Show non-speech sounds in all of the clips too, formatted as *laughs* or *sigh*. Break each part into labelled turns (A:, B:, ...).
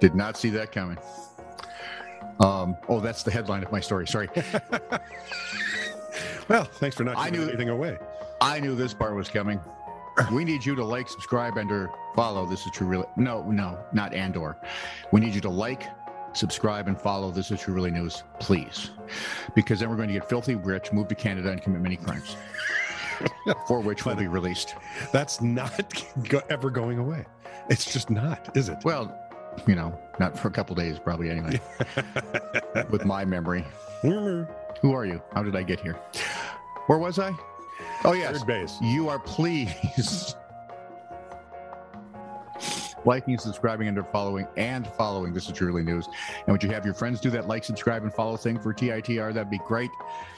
A: Did not see that coming. Um, oh, that's the headline of my story. Sorry. *laughs*
B: Well, thanks for not
A: I
B: giving
A: knew-
B: anything away.
A: I knew this part was coming. We need you to like, subscribe, and or follow. This is true. Really, no, no, not and or. We need you to like, subscribe, and follow. This is true. Really news, please, because then we're going to get filthy rich, move to Canada, and commit many crimes, for which we'll be released.
B: That's not *laughs* go- ever going away. It's just not, is it?
A: Well, you know, not for a couple days, probably anyway. With my memory,
B: Third
A: who are you? How did I get here? Where was I? Oh yes,
B: base.
A: you are pleased *laughs* liking subscribing and following and following this is truly news and would you have your friends do that like subscribe and follow thing for titr that'd be great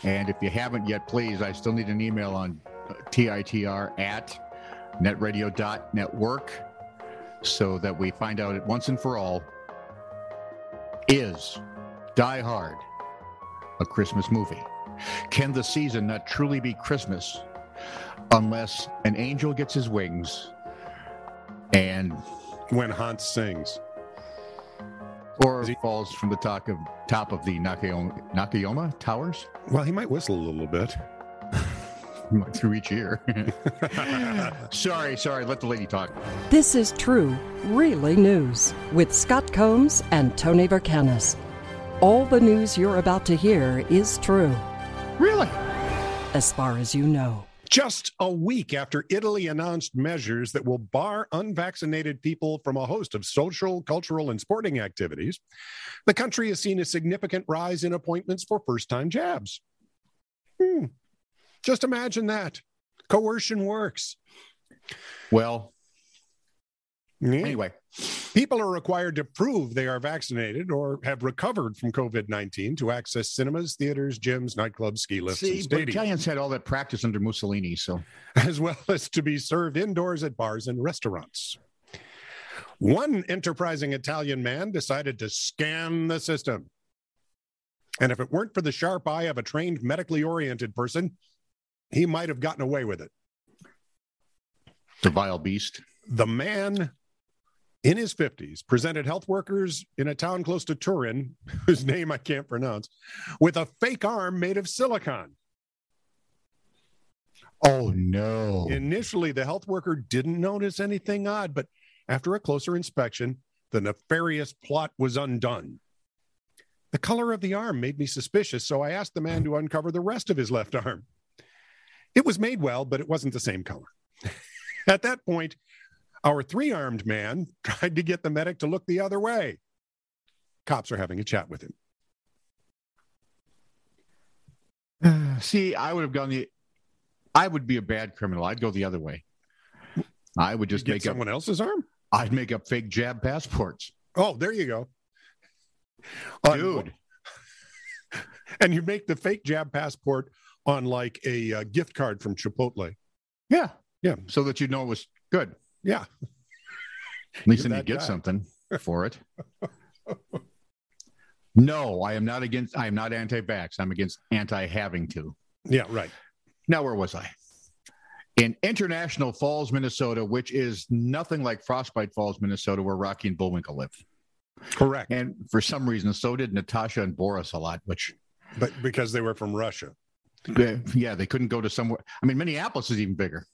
A: and if you haven't yet please i still need an email on uh, titr at netradio.network so that we find out at once and for all is die hard a christmas movie can the season not truly be christmas unless an angel gets his wings and
B: When Hans sings.
A: or
B: Is he-
A: falls from the top of top of the Nakayoma, Nakayoma Towers *laughs*
B: Well, he might whistle a little bit.
A: through each year. sorry, sorry. Let the lady talk.
C: This is True, Really News with Scott Combs and Tony Vercanis. All the news you're about to hear is true,
A: Really?
C: as far as you know.
B: Just a week after Italy announced measures that will bar unvaccinated people from a host of social, cultural, and sporting activities, the country has seen a significant rise in appointments for first time jabs. Hmm. Just imagine that. Coercion works.
A: Well,
B: Hmm.
A: anyway,
B: People are required to prove they are vaccinated or have recovered from COVID 19 to access cinemas, theaters, gyms, nightclubs, ski lifts,
A: see,
B: and
A: but
B: stadiums,
A: Italians had all that practice under Mussolini, so
B: *laughs* as well as to be served indoors at bars and restaurants. One enterprising Italian man decided to scam the system. And if it weren't for the sharp eye of a trained, medically oriented person, he might have gotten away with it.
A: the vile beast.
B: the man in his 50s presented health workers in a town close to Turin, *laughs* whose name I can't pronounce, with a fake arm made of silicon.
A: Oh no!
B: *sighs* Initially, the health worker didn't notice anything odd, but after a closer inspection, the nefarious plot was undone. The color of the arm made me suspicious, so I asked the man to uncover the rest of his left arm. It was made well, but it wasn't the same color. *laughs* At that point, our three armed man *laughs* tried to get the medic to look the other way. Cops are having a chat with him.
A: see, I would have gone the. I would be a bad criminal. I'd go the other way. I would just
B: Get
A: make up.
B: someone else's arm?
A: I'd make up fake jab passports,
B: Oh, there you go. On-
A: dude.
B: *laughs* and you make the fake jab passport on like a uh, gift card from Chipotle.
A: Yeah.
B: Yeah.
A: So that you know it was good.
B: Yeah,
A: At least then
B: You're
A: you
B: that
A: get
B: guy. *laughs*
A: something for it. no, I am not against, I am not anti vax. I'm against anti having to.
B: yeah, right.
A: Now, where was I? In International Falls, Minnesota, which is nothing like Frostbite Falls, Minnesota, where Rocky and Bullwinkle live.
B: Correct.
A: And for some reason, so did Natasha and Boris a lot, which,
B: But because they were from Russia. *laughs*
A: they- yeah, they couldn't go to somewhere. I mean, Minneapolis is even bigger.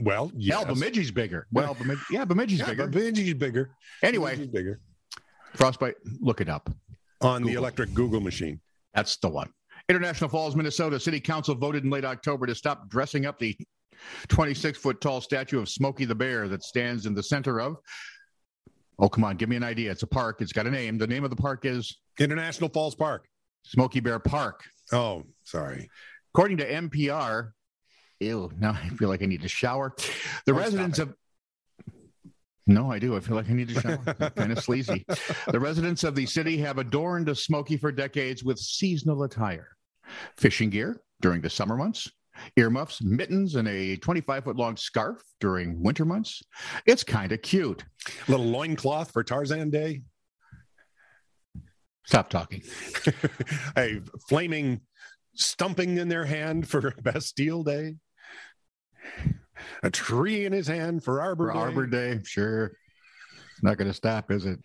B: Well, yes.
A: Hell, Bemidji's bigger. Well, Bemid- yeah, Bemidji's
B: Yeah,
A: bigger.
B: Bemidji's bigger.
A: Anyway,
B: Bemidji's bigger.
A: Frostbite, look it up.
B: On the
A: Google.
B: electric Google machine.
A: That's the one. International Falls, Minnesota City Council voted in late October to stop dressing up the 26 foot tall statue of Smokey the Bear that stands in the center of. Oh, come on, give me an idea. It's a park. It's got a name. The name of the park is
B: International Falls Park.
A: Smokey Bear Park.
B: Oh, sorry.
A: According to NPR, ew, now I feel like I need to shower. The
B: Oh, stop
A: residents of no, I do. I feel like I need to
B: *laughs*
A: shower. kind of sleazy. The residents of the city have adorned a Smoky for decades with seasonal attire fishing gear during the summer months, earmuffs, mittens, and a 25 foot long scarf during winter months. It's kind of cute.
B: Little loincloth for Tarzan Day. *laughs*
A: Stop talking.
B: a flaming stumping in their hand for *laughs* Bastille Day. A tree in his hand for Arbor
A: For
B: Day.
A: Arbor Day, sure. not going to stop, is
B: *laughs*
A: it?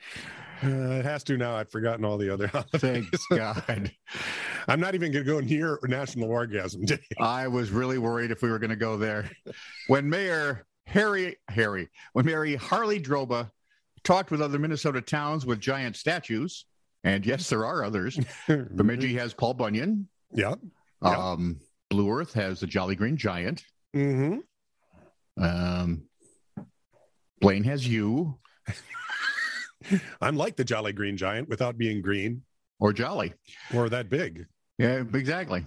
B: Uh, it has to now. I've forgotten all the other *laughs* holidays.
A: Thank God.
B: I'm not even going to go near National Orgasm Day.
A: I was really worried if we were going to go there. When Mayor Harry Harry, when Mayor Harley Droba talked with other Minnesota towns with giant statues, and yes, there are others. Bemidji has Paul Bunyan.
B: yeah. Yeah.
A: Um, Blue Earth has the Jolly Green Giant.
B: *laughs* Mm-hmm.
A: Um, Blaine has you
B: I'm like the Jolly Green Giant without being green
A: or Jolly.
B: or that big.
A: Yeah, exactly.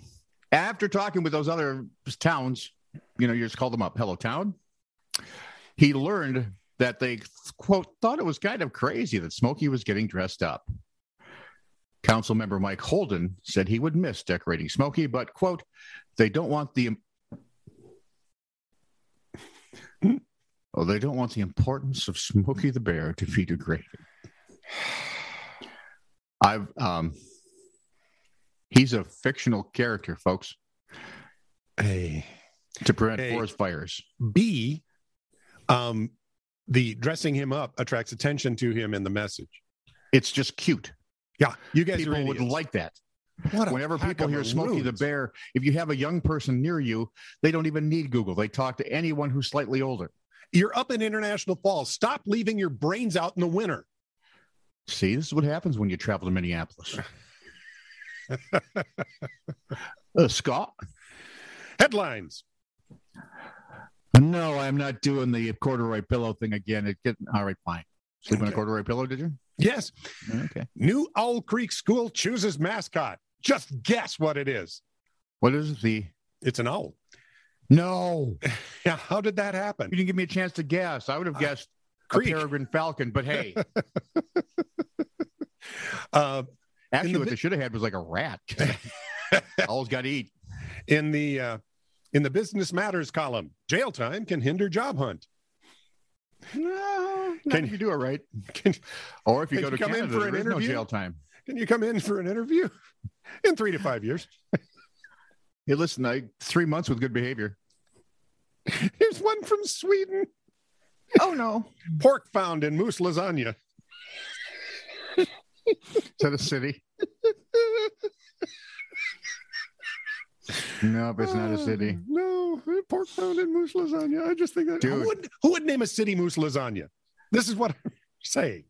A: After talking with those other towns, you know, you just call them up, hello town. He learned that they quote thought it was kind of crazy that Smokey was getting dressed up. Council member Mike Holden said he would miss decorating Smokey, but quote, they don't want the *laughs* Oh, they don't want the importance of Smokey the Bear to be degraded. *sighs* I've um he's a fictional character, folks,
B: Hey.
A: to prevent
B: Hey.
A: forest fires.
B: B, um, the dressing him up attracts attention to him in the message.
A: It's just cute.
B: Yeah, you guys
A: People
B: are
A: would
B: idiots.
A: like that.
B: What a
A: Whenever
B: pack
A: people
B: of
A: hear Smokey the
B: maroons.
A: Bear, if you have a young person near you, they don't even need Google. They talk to anyone who's slightly older.
B: You're up in International Falls. Stop leaving your brains out in the winter.
A: See, this is what happens when you travel to *laughs* Minneapolis. uh, Scott?
B: Headlines.
A: No, I'm not doing the corduroy pillow thing again. It get, all right, fine. Sleep on a
B: Okay.
A: corduroy pillow, did you?
B: Yes,
A: Okay.
B: New Owl Creek School chooses mascot. Just guess what it is.
A: What is the
B: It's an owl.
A: *laughs* No.
B: Yeah, how did that happen?
A: You didn't give me a chance to guess. I would have
B: Uh,
A: guessed a
B: Creek.
A: peregrine falcon, but *laughs* hey,
B: Uh,
A: actually,
B: the
A: what
B: vi-
A: they should have had was like a *laughs* rat. Owls got to eat.
B: in the uh, in the business matters column, jail time can hinder job hunt. *laughs*
A: No,
B: Can
A: can you do it right?
B: Can,
A: Or if you
B: Can
A: go
B: you
A: to
B: come in
A: Canada,
B: for an
A: there is no
B: interview?
A: jail time.
B: can you come in for an interview *laughs* in three to five years? *laughs*
A: Hey, listen, I three months with good *laughs* behavior.
B: Here's one from Sweden.
A: Oh no,
B: Pork found in moose lasagna.
A: is that a *laughs* city? nope, it's not a city.
B: Uh, No, pork found in moose lasagna. I just think that
A: Dude.
B: Who, would, who would name a city moose lasagna? This is what *laughs* I'm saying.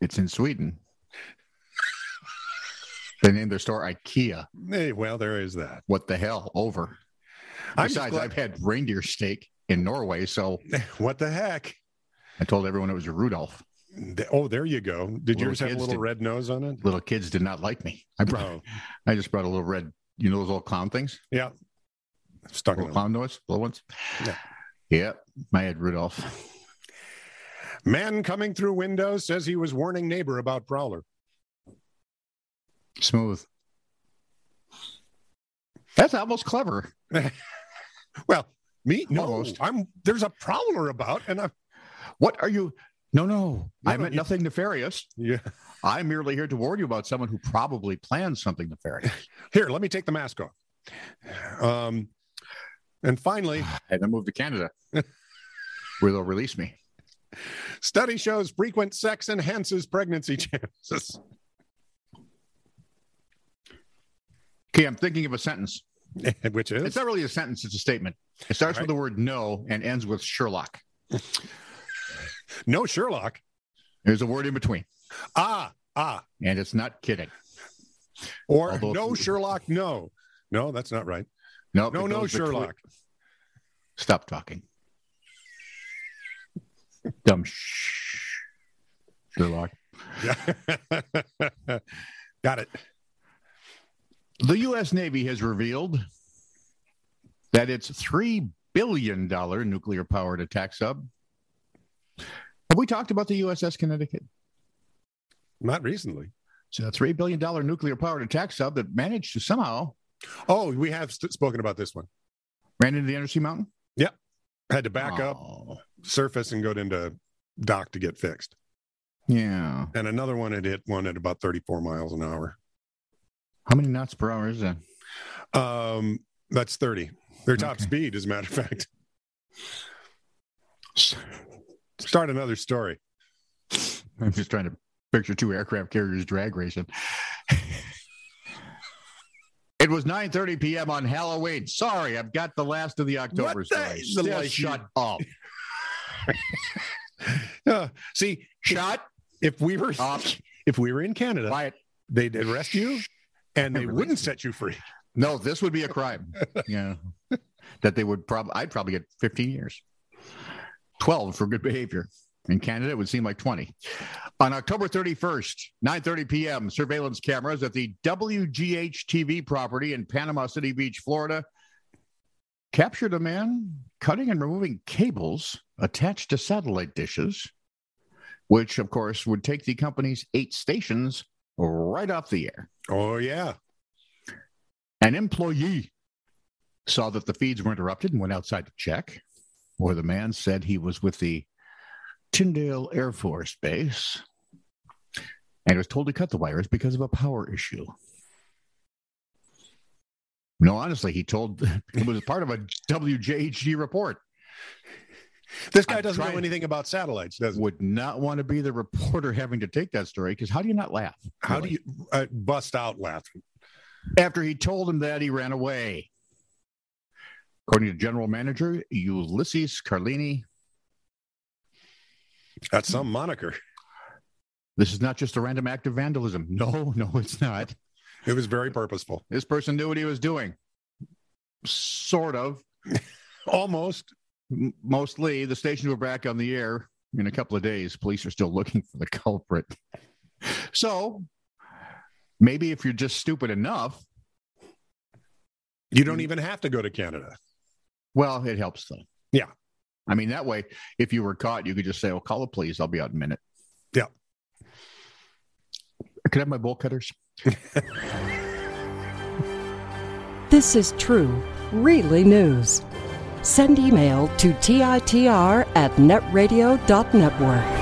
A: It's in Sweden. They named their store IKEA.
B: Hey, well, there is that.
A: What the hell? Over.
B: I'm just
A: Besides,
B: glad-
A: I've had reindeer steak in Norway, so
B: What the heck?
A: I told everyone it was a Rudolph.
B: Th- Oh, there you go. Did
A: Little
B: yours have a
A: kids
B: little
A: did.
B: red nose
A: *laughs*
B: on it? Oh,
A: Little kids did not like me. I brought,
B: No.
A: I just brought a little red, you know, those little clown things,
B: Yeah. Stuck in
A: little
B: the
A: clown noise, little ones.
B: Yeah.
A: Yep, I had Rudolph.
B: Man coming through window says he was warning neighbor about Prowler.
A: Smooth. That's almost clever.
B: Well, me? No.
A: Almost.
B: I'm there's a Prowler about and I
A: What are you? No, no. I
B: No,
A: meant
B: you-
A: nothing nefarious.
B: yeah.
A: I'm merely here to warn you about someone who probably plans something
B: *laughs*
A: nefarious.
B: Here, let me take the mask off. Um and finally,
A: And then move to
B: *laughs*
A: Canada, where they'll release me.
B: study shows frequent sex enhances pregnancy *laughs* chances.
A: Okay, I'm thinking of a sentence.
B: Which is
A: It's not really a sentence, it's a statement. It starts
B: All
A: with the word no and ends with Sherlock.
B: no Sherlock.
A: There's a word in between,
B: Ah, ah.
A: and it's not kidding.
B: Or
A: Although if
B: no
A: you-
B: Sherlock, no. No, that's not right.
A: No,
B: No,
A: it
B: no
A: goes between-
B: Sherlock.
A: Stop talking. Dumb shh. Sherlock.
B: Yeah. *laughs* Got it.
A: The U.S. Navy has revealed that its $3 billion nuclear powered attack sub. Have we talked about the USS Connecticut?
B: Not recently.
A: So, a $3 billion nuclear powered attack sub that managed to somehow
B: Oh, we have st- spoken about this one.
A: ran into the Undersea Mountain?
B: Had to back up,
A: Oh,
B: surface, and go into dock to get fixed.
A: Yeah.
B: And another one had hit one at about 34 miles an hour.
A: How many knots per hour is that?
B: Um, that's 30. Their top
A: Okay.
B: speed, as a matter of fact. Start another story.
A: I'm just trying to picture two aircraft carriers drag racing. *laughs* it was 9:30 p.m. on Halloween. Sorry, I've got the last of the October
B: What the-
A: stories.
B: the
A: Still
B: life
A: shut
B: *laughs*
A: up.
B: Uh, see,
A: Shut
B: if we were
A: up.
B: if we were in Canada,
A: Quiet.
B: they'd arrest you and they
A: Release
B: wouldn't set you free.
A: No, this would be a crime. yeah. That they would probably I'd probably get 15 years. 12 for good behavior. In Canada, it would seem like 20. On October 31st, 9:30 p.m., surveillance cameras at the WGH TV property in Panama City Beach, Florida, captured a man cutting and removing cables attached to satellite dishes, which of course would take the company's eight stations right off the air.
B: Oh yeah.
A: An employee saw that the feeds were interrupted and went outside to check, where the man said he was with the Tyndale Air Force Base and was told to cut the wires because of a power issue. No, honestly, he told it was part of a WJHD report.
B: This guy
A: I'm
B: doesn't know
A: trying-
B: anything about satellites, does he?
A: Would not want to be the reporter having to take that story because how do you not laugh?
B: How
A: really?
B: do you uh, bust out laughing?
A: After he told him that, he ran away. According to general manager Ulysses Carlini,
B: That's some moniker.
A: This is not just a random act of vandalism. *laughs* No, no, it's not.
B: It was very purposeful.
A: This person knew what he was doing. Sort of.
B: Almost.
A: M- Mostly the stations were back on the air in a couple of days. Police are still *laughs* looking for the culprit. So maybe if you're just stupid enough,
B: You
A: Mm.
B: don't even have to go to Canada.
A: well, it helps though.
B: Yeah.
A: I mean, that way, if you were caught, you could just say, Oh, call the police. I'll be out in a minute.
B: Yeah.
A: Could I have my bowl cutters?
C: This is true, really news. Send email to TITR at netradio.network.